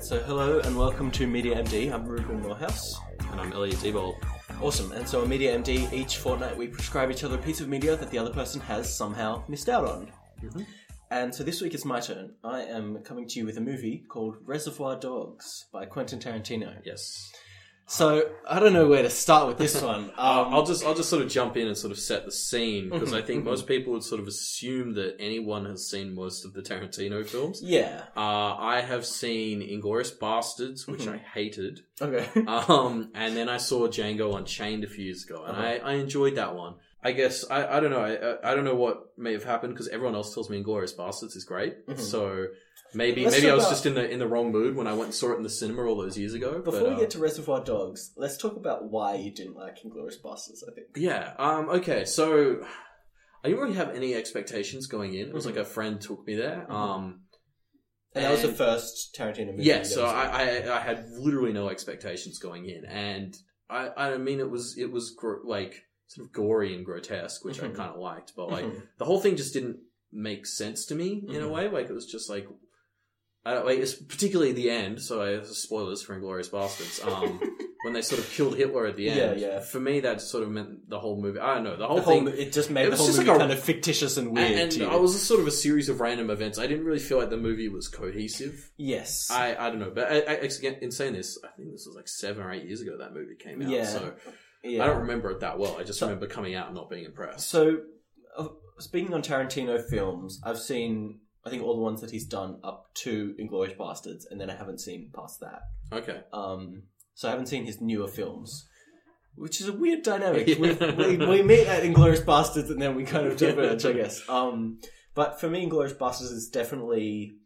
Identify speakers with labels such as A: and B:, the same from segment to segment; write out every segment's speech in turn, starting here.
A: so hello and welcome to Media MD. I'm Ruben Morehouse.
B: And I'm Elliot Ebol.
A: Awesome. And so on Media MD, each fortnight we prescribe each other a piece of media that the other person has somehow missed out on.
B: Mm-hmm.
A: And so this week it's my turn. I am coming to you with a movie called Reservoir Dogs by Quentin Tarantino.
B: Yes.
A: So I don't know where to start with this one.
B: I'll-
A: Um,
B: Uh, I'll just I'll just sort of jump in and sort of set the scene because
A: Mm-hmm.
B: I think most people would sort of assume that anyone has seen most of the Tarantino films.
A: yeah.
B: Uh, I have seen Inglorious Bastards, which
A: Mm-hmm.
B: I hated,
A: Okay.
B: um, and then I saw Django Unchained a few years ago,
A: Uh-huh.
B: and I, I enjoyed that one. I guess I, I don't know I, I- I don't know what may have happened because everyone else tells me Inglorious Bastards is great, so maybe
A: Mm-hmm. Let's
B: maybe I
A: talk
B: was
A: about-
B: just in the in the wrong mood when I went and saw it in the cinema all those years ago.
A: Before
B: but,
A: we
B: uh,
A: get to Reservoir Dogs, let's talk about why you didn't like Inglourious Bosses, I think.
B: Yeah. Um. Okay. So I didn't really have any expectations going in. It was
A: Mhm.
B: like a friend took me
A: Mm-hmm.
B: there. Um.
A: And that was the
B: And-
A: first Tarantino movie.
B: Yeah.
A: that
B: So
A: was-
B: I, I I had literally no expectations going in, and I I mean it was it was gro- like sort of gory and grotesque, which
A: Mhm.
B: I kind of liked, but like
A: Mhm.
B: the whole thing just didn't make sense to me in a
A: Mhm.
B: way. Like it was just like. I don't, like it's particularly the end, so I, spoilers for Inglorious Bastards. Um, when they sort of killed Hitler at the
A: Yeah,
B: end,
A: yeah.
B: for me that sort of meant the whole movie. I don't know the whole
A: the whole,
B: thing.
A: mo- Oh, it just made
B: it
A: the
B: was
A: whole
B: just
A: movie
B: like a-
A: kind of fictitious and weird.
B: And, and
A: to you.
B: I was sort of a series of random events. I didn't really feel like the movie was cohesive.
A: yes,
B: I, I don't know, but I, I, again, in saying this, I think this was like seven or eight years ago that movie came out.
A: Yeah.
B: So
A: yeah.
B: I don't remember it that well. I just
A: So-
B: remember coming out and not being impressed.
A: So, uh, speaking on Tarantino films, I've seen I think all the ones that he's done up to Inglorious Bastards, and then I haven't seen past that.
B: Okay.
A: Um, so I haven't seen his newer films, which is a weird dynamic.
B: Yeah.
A: we, we, we meet at Inglorious Bastards and then we kind of diverge, I guess. Um, but for me, Inglorious Bastards is definitely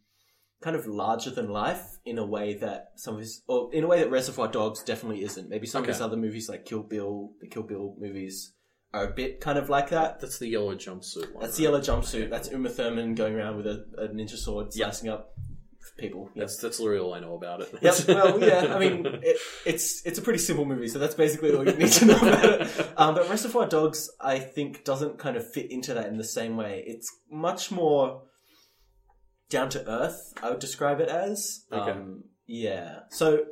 A: kind of larger than life in a way that some of his, or in a way that Reservoir Dogs definitely isn't. Maybe some of his
B: Okay.
A: other movies, like Kill Bill, the Kill Bill movies, are a bit kind of like that.
B: That's the yellow jumpsuit one.
A: That's the
B: right?
A: yellow jumpsuit. That's Uma Thurman going around with a, a ninja sword,
B: Yeah.
A: slicing up people. Yeah.
B: That's that's literally all I know about it.
A: Yep. Well, yeah. I mean, it, it's it's a pretty simple movie, so that's basically all you need to know about it. Um, but Reservoir Dogs, I think, doesn't kind of fit into that in the same way. It's much more down to earth. I would describe it as.
B: Okay.
A: Um, yeah. So,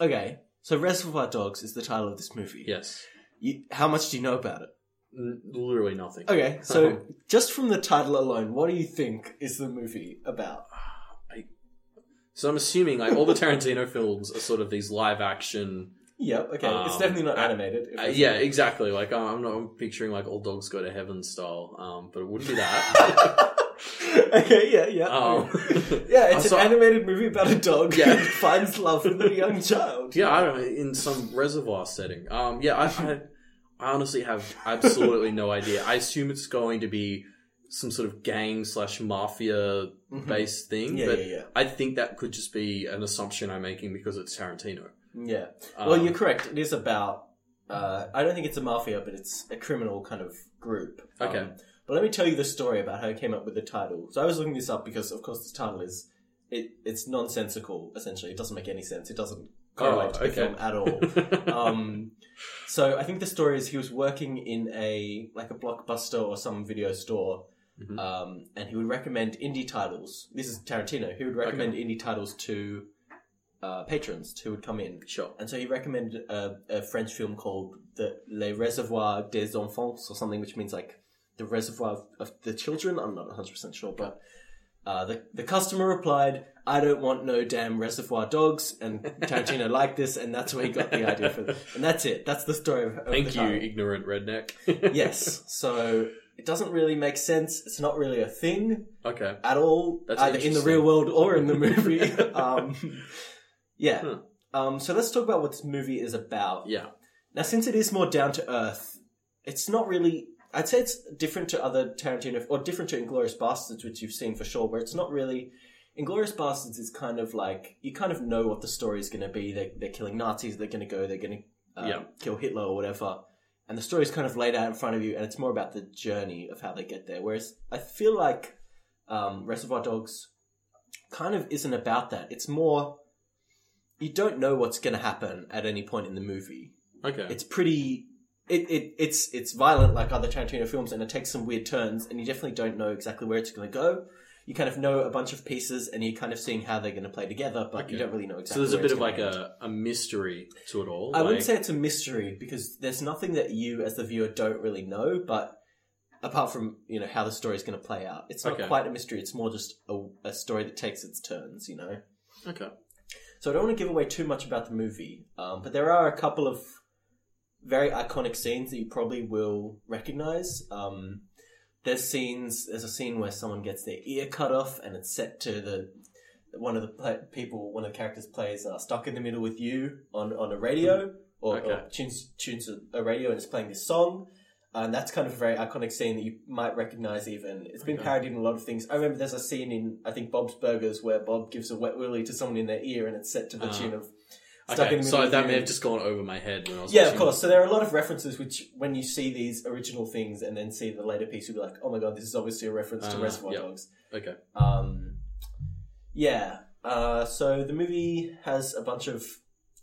A: okay. So Reservoir Dogs is the title of this movie.
B: yes.
A: You, how much do you know about it?
B: N- literally nothing.
A: Okay. So just from the title alone, what do you think is the movie about?
B: So I'm assuming like all the Tarantino films are sort of these live action.
A: Yep. Okay. it's
B: Um,
A: definitely not
B: uh,
A: animated. if
B: Uh,
A: it's-
B: yeah, exactly. Like I'm I'm not I'm picturing like all dogs go to heaven style, um, but it wouldn't be that.
A: okay, yeah, yeah.
B: Um,
A: Yeah, it's
B: I saw-
A: an animated movie about a dog
B: Yeah.
A: who finds love with a young child.
B: yeah, I don't know, in some reservoir setting. Um, yeah, I, I, I honestly have absolutely no idea. I assume it's going to be some sort of gang slash mafia based thing,
A: Mm-hmm. Yeah,
B: but
A: yeah, yeah.
B: I think that could just be an assumption I'm making because it's Tarantino.
A: Yeah. well,
B: Um,
A: you're correct. It is about. Uh, I don't think it's a mafia, but it's a criminal kind of group. Um,
B: Okay.
A: but let me tell you the story about how I came up with the title. So I was looking this up because, of course, the title is it. It's nonsensical. Essentially, it doesn't make any sense. It doesn't correlate to the
B: Oh, okay.
A: film at all. um, so I think the story is he was working in a like a blockbuster or some video store,
B: Mhm.
A: um, and he would recommend indie titles. This is Tarantino. He would recommend indie titles to uh, patrons who would come in,
B: Sure.
A: and so he recommended a, a French film called the Les Reservoirs des Enfants or something, which means like the reservoir of, of the children. I'm not 100 percent sure, but. Uh, the, the customer replied, I don't want no damn reservoir dogs. And Tarantino liked this, and that's where he got the idea for And that's it. That's the story of, of the
B: Thank you,
A: title
B: ignorant redneck.
A: yes. So it doesn't really make sense. It's not really a thing
B: okay.
A: at all,
B: That's
A: either in the
B: interesting.
A: real world or in the movie. um, yeah.
B: Huh.
A: Um, so let's talk about what this movie is about.
B: Yeah.
A: Now, since it is more down to earth, it's not really. I'd say it's different to other Tarantino or different to Inglorious Bastards, which you've seen for sure. Where it's not really. Inglorious Bastards is kind of like you kind of know what the story is going to be. They, they're killing Nazis. They're going to go. They're going to um,
B: Yeah.
A: kill Hitler or whatever. And the story's kind of laid out in front of you, and it's more about the journey of how they get there. Whereas I feel like um, Reservoir Dogs kind of isn't about that. It's more you don't know what's going to happen at any point in the movie
B: Okay.
A: it's pretty it, it it's it's violent like other Tarantino films and it takes some weird turns and you definitely don't know exactly where it's going to go. you kind of know a bunch of pieces and you're kind of seeing how they're going to play together, but you
B: Okay.
A: don't really know exactly.
B: So there's a
A: where
B: bit
A: it's
B: of
A: gonna
B: like
A: end.
B: a, a mystery to it all.
A: I wouldn't
B: like-
A: say it's a mystery because there's nothing that you as the viewer don't really know, but apart from you know how the story's going to play out, it's not
B: Okay.
A: quite a mystery. It's more just a, a story that takes its turns, you know.
B: okay.
A: So I don't want to give away too much about the movie, um, but there are a couple of very iconic scenes that you probably will recognize. Um, there's scenes. There's a scene where someone gets their ear cut off, and it's set to the one of the pla people, one of the characters plays uh, "Stuck in the Middle with You" on on a radio or,
B: Okay.
A: or tunes tunes a radio, and it's playing this song. And that's kind of a very iconic scene that you might recognize. Even it's been
B: Okay.
A: parodied in a lot of things. I remember there's a scene in I think Bob's Burgers where Bob gives a wet willy to someone in their ear, and it's set to the
B: Ah.
A: tune of "Stuck in the
B: Okay.
A: Middle."
B: So
A: with
B: that
A: you.
B: may have just gone over my head when I was
A: Yeah, of
B: watching
A: course. So there are a lot of references which, when you see these original things and then see the later piece, you'll be like, "Oh my god, this is obviously a reference to
B: Uh,
A: Reservoir
B: yep.
A: Dogs."
B: it. Okay.
A: Um, yeah. Uh, so the movie has a bunch of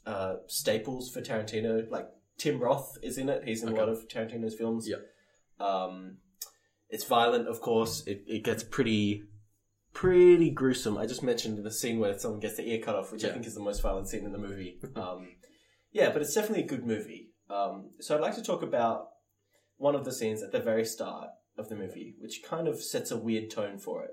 A: uh, staples for Tarantino. Like Tim Roth is in it. He's in
B: Okay.
A: a lot of Tarantino's films.
B: Yeah.
A: Um, it's violent, of course. It it gets pretty pretty gruesome. I just mentioned the scene where someone gets their ear cut off, which I
B: Yeah.
A: think is the most violent scene in the movie. Um, yeah, but it's definitely a good movie. Um, so I'd like to talk about one of the scenes at the very start of the movie, which kind of sets a weird tone for it.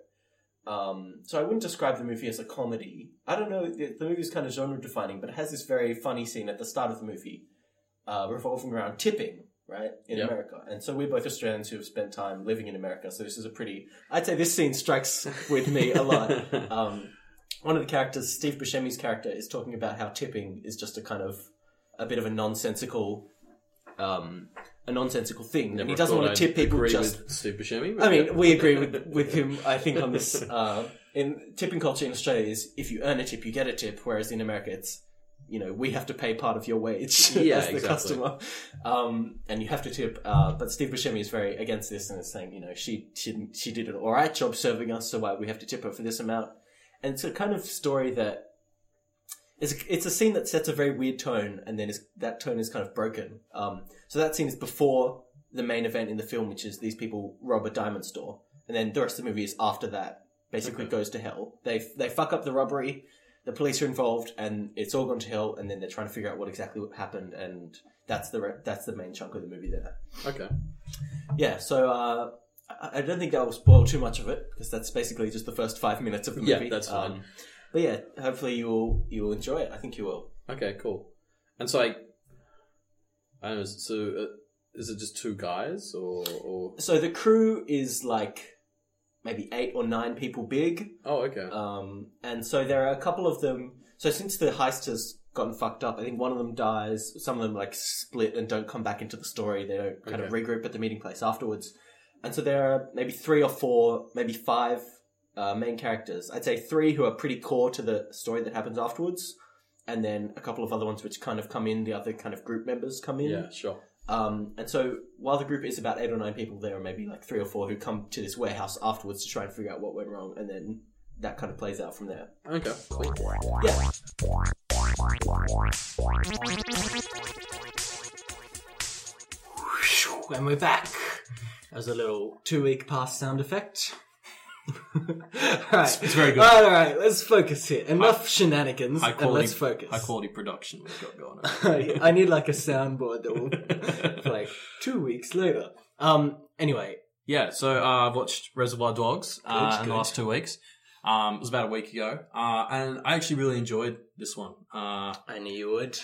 A: Um, so I wouldn't describe the movie as a comedy. I don't know. The, the movie is kind of genre defining, but it has this very funny scene at the start of the movie, uh, revolving around tipping, right, in
B: Yep.
A: America. And so we're both Australians who have spent time living in America. So this is a pretty. I'd say this scene strikes with me a lot. Um, one of the characters, Steve Buscemi's character, is talking about how tipping is just a kind of a bit of a nonsensical, um, a nonsensical thing, and he doesn't want to tip people just
B: with Steve Buscemi.
A: I mean, we agree with, with him, I think, on this. Uh, in tipping culture in Australia is if you earn a tip, you get a tip, whereas in America it's, you know, we have to pay part of your wage
B: Yeah,
A: as the
B: exactly.
A: customer, um, and you have to tip. Uh, but Steve Buscemi is very against this and is saying, you know, she she, she did an all right job serving us, so why we have to tip her for this amount? And it's a kind of story that. It's, it's a scene that sets a very weird tone, and then is, that tone is kind of broken. Um, so that scene is before the main event in the film, which is these people rob a diamond store, and then the rest of the movie is after that. Basically,
B: Okay.
A: goes to hell. They they fuck up the robbery. The police are involved, and it's all gone to hell. And then they're trying to figure out what exactly what happened, and that's the re- that's the main chunk of the movie there.
B: okay.
A: Yeah, so uh, I, I don't think that will spoil too much of it because that's basically just the first five minutes of the
B: Yeah,
A: movie.
B: that's fine.
A: Um, but yeah, hopefully you will you will enjoy it. I think you will.
B: Okay, cool. And so, like, I don't know. So, uh, is it just two guys, or, or
A: So the crew is like maybe eight or nine people big.
B: oh, okay,
A: Um, and so there are a couple of them. So since the heist has gotten fucked up, I think one of them dies. Some of them like split and don't come back into the story. They don't kind of
B: Okay.
A: regroup at the meeting place afterwards. And so there are maybe three or four, maybe five uh, main characters. I'd say three who are pretty core to the story that happens afterwards, and then a couple of other ones which kind of come in. The other kind of group members come in.
B: yeah, sure,
A: Um, and so while the group is about eight or nine people, there are maybe like three or four who come to this warehouse afterwards to try and figure out what went wrong, and then that kind of plays out from there.
B: okay, cool.
A: Yeah. And we're back. That was a little two week past sound effect. all right.
B: it's very good.
A: All right, let's focus here. Enough shenanigans,
B: High
A: and
B: quality,
A: let's focus.
B: High quality production we've got going on.
A: I, I need like a soundboard that will play two weeks later. Um. Anyway,
B: Yeah, so uh, I've watched Reservoir Dogs uh,
A: Good,
B: in
A: good.
B: the last two weeks. Um, it was about a week ago, uh, and I actually really enjoyed this one. Uh,
A: I knew you would.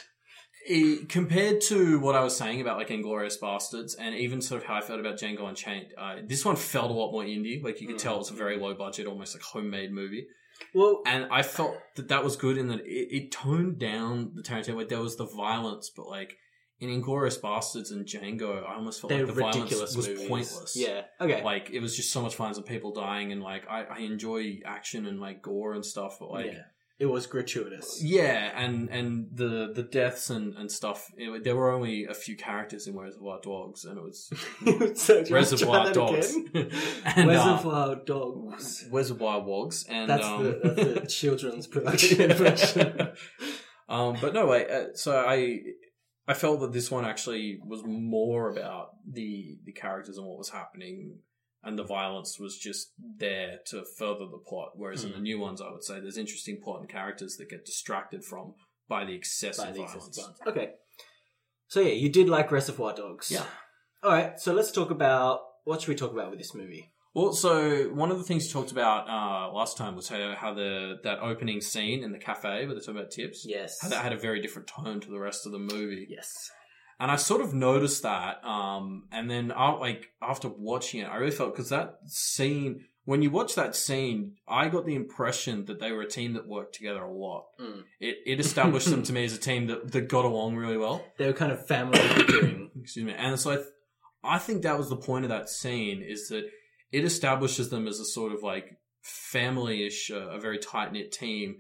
B: it, compared to what I was saying about like Inglorious Bastards, and even sort of how I felt about Django Unchained, uh, this one felt a lot more indie. Like you
A: Hmm.
B: could tell, it's a very low budget, almost like homemade movie.
A: Well,
B: And I felt that that was good in that it, it toned down the Tarantino. Like there was the violence, but like in Inglorious Bastards and Django, I almost felt
A: they're
B: like the
A: ridiculous.
B: violence was
A: movies.
B: pointless.
A: Yeah. Okay.
B: Like it was just so much fun and people dying and like I, I enjoy action and like gore and stuff, but like
A: yeah. It was gratuitous.
B: yeah, and and the the deaths and and stuff. It, there were only a few characters in Reservoir Dogs, and it was
A: so, do you want to try
B: Reservoir
A: that
B: Dogs.
A: again?
B: And, uh,
A: Reservoir Dogs.
B: Reservoir Wogs, and
A: That's,
B: um,
A: the, that's the children's production impression.
B: um, but no, I, uh, so I I felt that this one actually was more about the the characters and what was happening. and the violence was just there to further the plot. Whereas in the new ones, I would say there's interesting plot and characters that get distracted from by the excessive
C: By the
B: violence.
C: existing ones.
A: Okay. So yeah, you did like Reservoir Dogs.
D: Yeah.
A: All right. So let's talk about what should we talk about with this movie?
B: Well, so one of the things you talked about uh, last time was how, how the that opening scene in the cafe where they talk about tips,
A: Yes.
B: how that had a very different tone to the rest of the movie.
A: Yes.
B: and I sort of noticed that. Um, and then I, like after watching it, I really felt because that scene when you watch that scene, I got the impression that they were a team that worked together a lot.
A: Mm.
B: It, it established them to me as a team that, that got along really well.
A: They were kind of family bickering.
B: Excuse me. And so I, th- I think that was the point of that scene is that it establishes them as a sort of like family-ish, uh, a very tight knit team.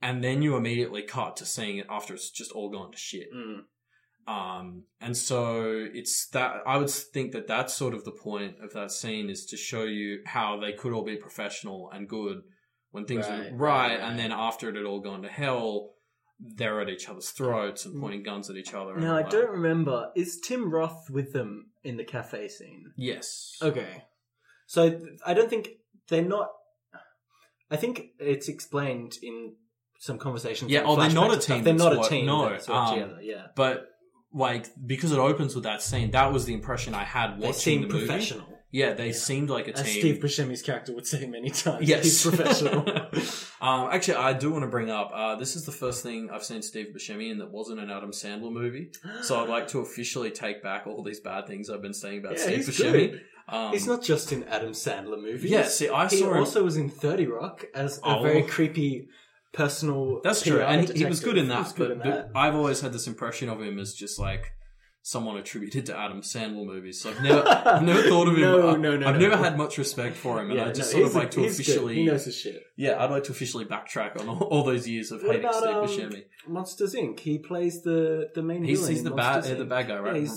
B: And then you immediately cut to seeing it after it's just all gone to shit.
A: Mm.
B: Um, and so it's that I would think that that's sort of the point of that scene is to show you how they could all be professional and good when things are
A: Right,
B: right,
A: right, right.
B: and then after it had all gone to hell, they're at each other's throats and pointing guns at each other. and
A: Now Mm. I
B: like-
A: don't remember. Is Tim Roth with them in the cafe scene?
B: Yes.
A: Okay. So th- I don't think they're not. I think it's explained in some conversations.
B: Yeah,
A: and
B: oh, they're
A: flashbacks
B: not a
A: and stuff.
B: team
A: They're
B: that's
A: not a
B: what-
A: team.
B: no,
A: that's worked
B: um,
A: together. Yeah.
B: But like because it opens with that scene, that was the impression I had watching
A: They seem
B: the movie.
A: professional.
B: Yeah, they seemed like a
A: As
B: team.
A: Steve Buscemi's character would say many times.
B: Yes.
A: He's professional.
B: um, actually, I do want to bring up uh, this is the first thing I've seen Steve Buscemi in that wasn't an Adam Sandler movie. So um, I'd like to officially take back all these bad things I've been saying about
A: Yeah,
B: Steve
A: he's
B: Buscemi.
A: good.
B: Um,
A: He's not just in Adam Sandler movies.
B: Yeah, see, I
A: he
B: saw him.
A: also was in Thirty Rock as a
B: Oh.
A: very creepy personal.
B: that's
A: PR
B: true, and he, he was
A: detective.
B: good in
A: He
B: that.
A: was good
B: but,
A: in
B: but
A: that.
B: I've always had this impression of him as just like someone attributed to Adam Sandler movies. So I've never, I've never thought of him.
A: No,
B: I-
A: no, no,
B: I've
A: no.
B: never had much respect for him, and
A: yeah,
B: I just
A: no,
B: sort
A: he's
B: of
A: a-
B: like to
A: he's good.
B: officially.
A: He knows his shit.
B: Yeah, I'd like to officially backtrack on all, all those years of
A: What
B: hating Steve
A: about, um,
B: Buscemi.
A: Monsters Inc. He plays the the main.
B: He's,
A: villain
B: he's
A: in
B: the bad,
A: Monsters,
B: uh,
A: Inc.
B: the bad guy, right?
A: Yeah, he's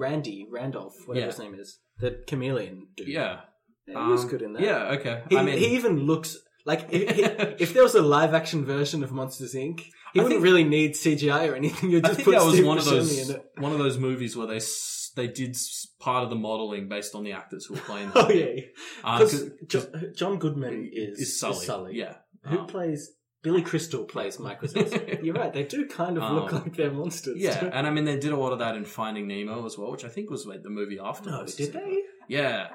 A: Randall. Randy, Randolph, whatever
B: Yeah.
A: his name is, the chameleon dude.
B: yeah,
A: Yeah, he was
B: Um,
A: good in that.
B: Yeah, okay.
A: he,
B: I mean,
A: he even looks like if, he- if there was a live action version of Monsters Inc. He
B: I
A: wouldn't
B: think-
A: really need CGI or anything. You'd
B: I
A: just
B: think
A: put
B: that was
A: Steve
B: one of
A: Buscemi
B: those
A: in it.
B: one of those movies where they s- they did s- part of the modeling based on the actors who were playing.
A: Oh yeah,
B: Uh, 'cause-
A: because John, Goodman is,
B: is Sully. Yeah.
A: who
B: Um,
A: plays Billy Crystal plays Michael Jackson. You're right; they do kind of look
B: Um,
A: like they're monsters.
B: yeah, and I mean they did a lot of that in Finding Nemo as well, which I think was like the movie after.
A: no,
B: this.
A: Oh, did they?
B: Yeah.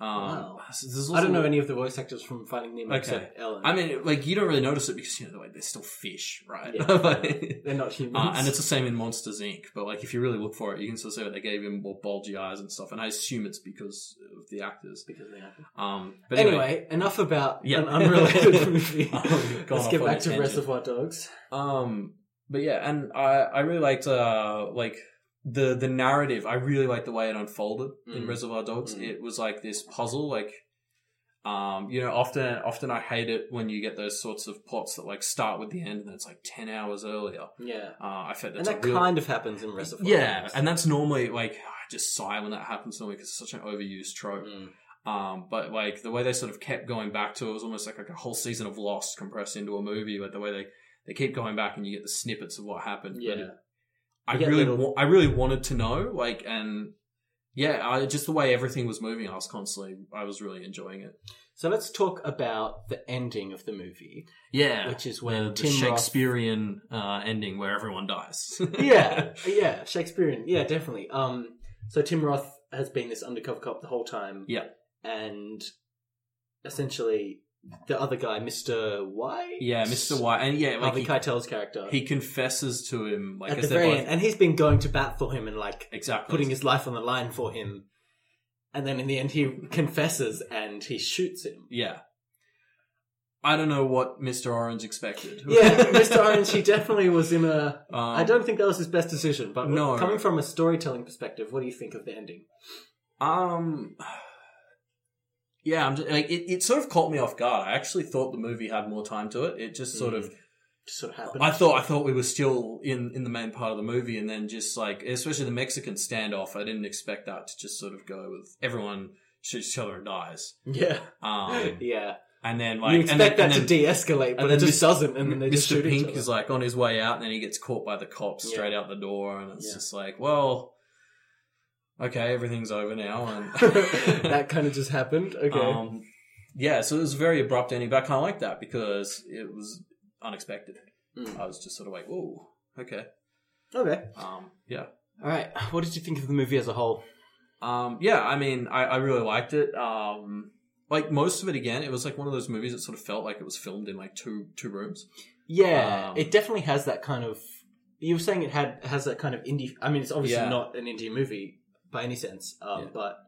B: Um,
A: Wow.
B: so there's
A: I don't know
B: also-
A: any of the voice actors from Finding Nemo
B: Okay.
A: except Ellen.
B: I mean, like you don't really notice it because you know they're, like, they're still fish, right?
A: Yeah.
B: Like-
A: they're not humans.
B: Uh, and it's the same in Monsters Inc. But like, if you really look for it, you can sort of see that they gave him more bulgy eyes and stuff. And I assume it's because of the actors.
A: because they are.
B: Um, but
A: But
B: anyway,
A: anyway, enough about
B: Yeah.
A: an unrelated movie.
B: Oh, gone
A: Let's
B: off
A: get
B: on
A: back
B: a
A: to
B: tangent.
A: Reservoir Dogs.
B: um, but yeah, and I I really liked uh like the the narrative. I really liked the way it unfolded in
C: Mm.
B: Reservoir Dogs.
C: Mm.
B: It was like this puzzle, like. Um, you know, often, often I hate it when you get those sorts of plots that like start with the end and it's like 10 hours earlier.
A: Yeah,
B: Uh, I felt
A: and
B: that's
A: that
B: a real,
A: kind of happens in Reservoir.
B: Yeah,
A: Dogs.
B: and that's normally like I just sigh when that happens normally because it's such an overused trope.
C: Mm.
B: Um, but like the way they sort of kept going back to it was almost like, like a whole season of Lost compressed into a movie. Like the way they they keep going back and you get the snippets of what happened.
A: Yeah.
B: But it- I
A: You get
B: really
A: little-
B: wa- I really wanted to know like and yeah, I, just the way everything was moving, I was constantly I was really enjoying it.
A: So let's talk about the ending of the movie,
B: Yeah,
A: which is
B: the,
A: when
B: the
A: Tim Roth
B: Shakespearean uh, ending where everyone dies.
A: yeah, yeah, Shakespearean. Yeah, definitely. Um, so Tim Roth has been this undercover cop the whole time.
B: Yeah.
A: and essentially the other guy, Mister Y.
B: yeah, Mr. White, and yeah, like
A: Harvey
B: he,
A: Keitel's character.
B: he confesses to him like
A: at the
B: as they're
A: very
B: both-
A: end, and he's been going to bat for him and like
B: Exactly.
A: putting his life on the line for him. And then in the end, he confesses and he shoots him.
B: yeah. I don't know what Mr. Orange expected.
A: Yeah, Mr. Orange, he definitely was in a.
B: Um,
A: I don't think that was his best decision, but
B: No.
A: coming from a storytelling perspective, what do you think of the ending?
B: Um. Yeah, I'm just, like it, it. sort of caught me off guard. I actually thought the movie had more time to it. It just sort of.
A: Just sort of happened.
B: I thought I thought we were still in in the main part of the movie, and then just like especially the Mexican standoff, I didn't expect that to just sort of go with everyone shoots each other and dies.
A: yeah,
B: Um,
A: yeah.
B: and then like
A: you
B: and then,
A: expect
B: and
A: that to
B: then-
A: de-escalate, but
B: then
A: it just
B: Mr.
A: doesn't, and then they just
B: Mr.
A: shoot
B: Pink
A: each other.
B: is like on his way out, and then he gets caught by the cops
A: Yeah.
B: straight out the door, and it's
A: Yeah.
B: just like, well, okay, everything's over now, and
A: that kind of just happened. Okay.
B: um, yeah, so it was a very abrupt ending, but I kind of like that because it was unexpected.
E: Mm.
B: I was just sort of like, "Whoa, okay."
A: okay.
B: Um, yeah,
A: All right. What did you think of the movie as a whole?
B: um, yeah. I mean, I, I really liked it. Um, like most of it, again, it was like one of those movies that sort of felt like it was filmed in like two two rooms.
A: Yeah,
B: Um,
A: it definitely has that kind of. You were saying it had has that kind of indie. I mean, it's obviously
B: Yeah.
A: not an indie movie by any sense, um,
B: Yeah.
A: but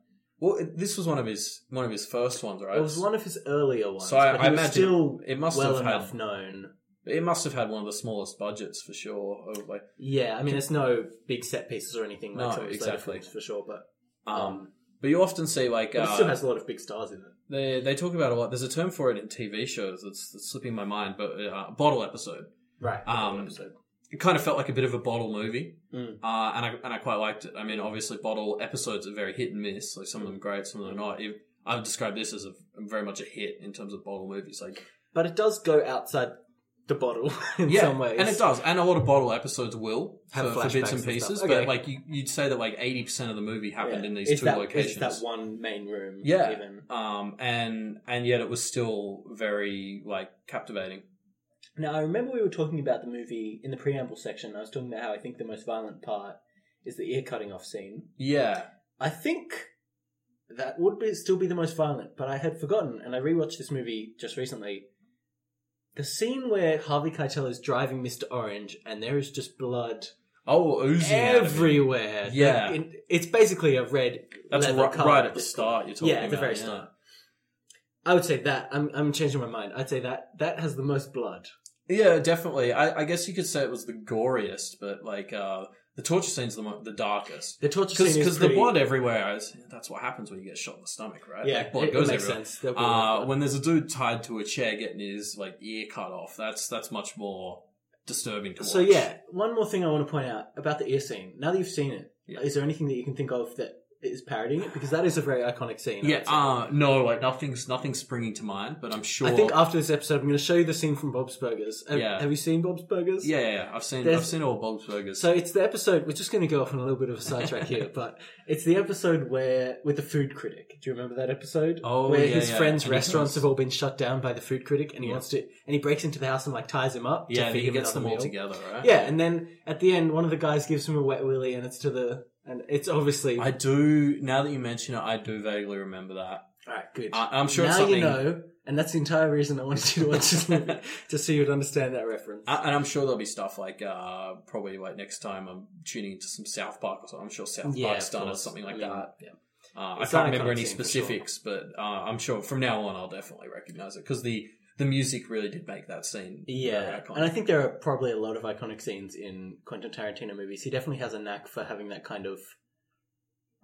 B: Well, it, this was one of his one of his first ones, right?
A: it was one of his earlier ones.
B: So I-
A: but
B: I
A: he was
B: imagine
A: still
B: it must
A: well
B: have had-
A: enough known.
B: It must have had one of the smallest budgets for sure. of, Like,
A: Yeah, I mean, there's no big set pieces or anything like
B: No,
A: some of his later
B: exactly.
A: films for sure, but
B: um,
A: um,
B: but you often see like
A: but it
B: uh,
A: still has a lot of big stars in it.
B: they they talk about it a lot. There's a term for it in TV shows that's, that's slipping my mind, but uh, bottle episode.
A: Right.
B: Um,
A: episode.
B: It kind of felt like a bit of a bottle movie,
A: Mm.
B: uh, and I and I quite liked it. I mean, obviously, bottle episodes are very hit and miss. Like some of them great, some of them not. If- I would describe this as a very much a hit in terms of bottle movies. Like
A: But it does go outside the bottle in
B: yeah,
A: some ways.
B: and it does, and a lot of bottle episodes will
A: Have
B: for, for bits
A: flashbacks
B: and
A: and
B: pieces.
A: stuff.
B: But
A: Okay.
B: like you, you'd say that like eighty percent of the movie happened
A: Yeah.
B: in these
A: It's
B: two
A: that, it's
B: locations.
A: that one main room.
B: Yeah.
A: Even.
B: um, and and yet it was still very like captivating.
A: Now, I remember we were talking about the movie in the preamble section. I was talking about how I think the most violent part is the ear cutting off scene.
B: Yeah,
A: I think that would be, still be the most violent, but I had forgotten, and I rewatched this movie just recently. The scene where Harvey Keitel is driving Mr. Orange, and there is just blood
B: Oh, oozing out of it.
A: everywhere.
B: Yeah.
A: Like, it- it's basically a red.
B: That's
A: leather
B: right,
A: colour.
B: right at the start. You're talking
A: Yeah, at the
B: about,
A: very start. I would say that. I'm, I'm changing my mind. I'd say that that has the most blood.
B: Yeah, definitely. I, I guess you could say it was the goriest, but like uh, the torture scene's the mo- the darkest
A: The torture scene is
B: because the
A: pretty-
B: blood everywhere is that's what happens when you get shot in the stomach, right?
A: Yeah,
B: Like, blood
A: it,
B: goes
A: it makes
B: everywhere.
A: sense. There'll be a lot of
B: Uh,
A: blood.
B: when there's a dude tied to a chair getting his like ear cut off, that's that's much more disturbing to watch.
A: So yeah, one more thing I want to point out about the ear scene. Now that you've seen it, is
B: Yeah.
A: there anything that you can think of that is parodying it? Because that is a very iconic scene. I
B: yeah.
A: would say.
B: Uh, no, like nothing's nothing's springing to mind, but I'm sure.
A: I think after this episode, I'm going to show you the scene from Bob's Burgers. Have,
B: Yeah.
A: have you seen Bob's Burgers?
B: yeah, yeah, yeah, I've seen
A: There's-
B: I've seen all Bob's Burgers.
A: So it's the episode. We're just going to go off on a little bit of a sidetrack here, but it's the episode where with the food critic. Do you remember that episode?
B: Oh,
A: where
B: yeah,
A: his
B: yeah.
A: friends'
B: And he
A: restaurants
B: comes-
A: have all been shut down by the food critic, and he
B: Yeah.
A: wants to, and he breaks into the house and like ties him up.
B: yeah,
A: to
B: and
A: feed
B: he
A: him
B: gets
A: another
B: them all
A: meal.
B: together, right?
A: Yeah, and then at the end, one of the guys gives him a wet willy, and it's to the and it's obviously
B: I do. Now that you mention it, I do vaguely remember that.
A: all right. Good.
B: I, I'm sure
A: now
B: it's something,
A: you know, and that's the entire reason I wanted you to watch this movie, just so you would understand that reference.
B: I, and I'm sure there'll be stuff like uh, probably like next time I'm tuning into some South Park or something. I'm sure South
A: Yeah,
B: Park's
A: of
B: done or
A: course.
B: something
A: I
B: like
A: mean,
B: that.
A: yeah.
B: Uh, I
A: It's
B: can't
A: an
B: remember
A: iconic
B: any
A: scene for
B: specifics, but uh, I'm sure from now on I'll definitely recognize it because the the music really did make that scene.
A: Yeah,
B: very iconic.
A: and I think there are probably a lot of iconic scenes in Quentin Tarantino movies. He definitely has a knack for having that kind of.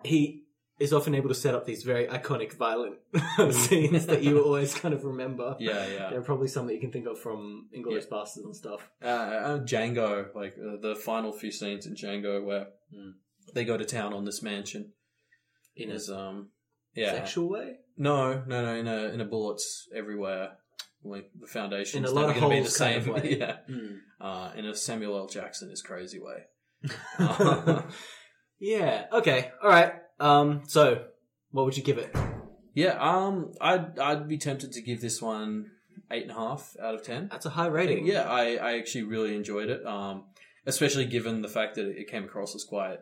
A: He is often able to set up these very iconic violent scenes that you always kind of remember.
B: yeah, yeah.
A: There are probably some that you can think of from Inglorious Bastards and stuff.
B: uh, uh, Django, like uh, the final few scenes in Django where
A: Mm.
B: they go to town on this mansion.
A: In a
B: Is um, yeah,
A: sexual way?
B: No, no, no. In a in a bullets everywhere, like the foundations.
A: In a lot
B: never
A: of
B: gonna
A: holes kind of way.
B: yeah. Uh, in a Samuel L. Jackson is crazy way. Uh,
A: Yeah. Okay. All right. Um. So, what would you give it?
B: yeah. Um. I'd I'd be tempted to give this one eight and a half out of ten.
A: That's a high rating.
B: Yeah. I I actually really enjoyed it. Um. Especially given the fact that it came across as quite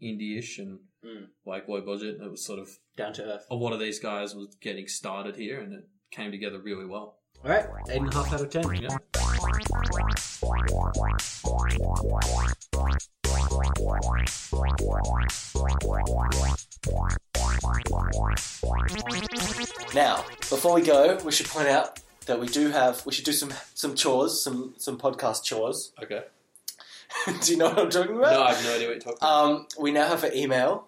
B: indie-ish and
A: Mm.
B: like low budget. It was sort of
A: Down to earth.
B: a lot of these guys was getting started here, and it came together really well.
A: All right. Eight and a half out of ten.
B: Yeah.
E: Now, before we go, we should point out that we do have we should do some some chores, some some podcast chores.
B: Okay.
E: do you know what I'm talking
B: No,
E: about?
B: I have no idea what you're talking about.
E: Um, we now have an email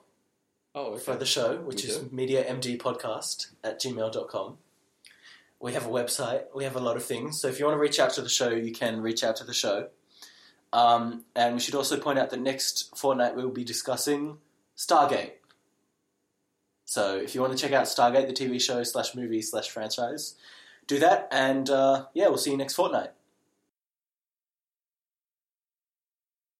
B: oh, okay.
E: for the show, which
B: We
E: is
B: do?
E: mediamdpodcast at gmail.com. We have a website. We have a lot of things. So if you want to reach out to the show, you can reach out to the show. Um, and we should also point out that next fortnight we will be discussing Stargate. So if you want to check out Stargate, the TV show slash movie slash franchise, do that. And uh, yeah, we'll see you next fortnight.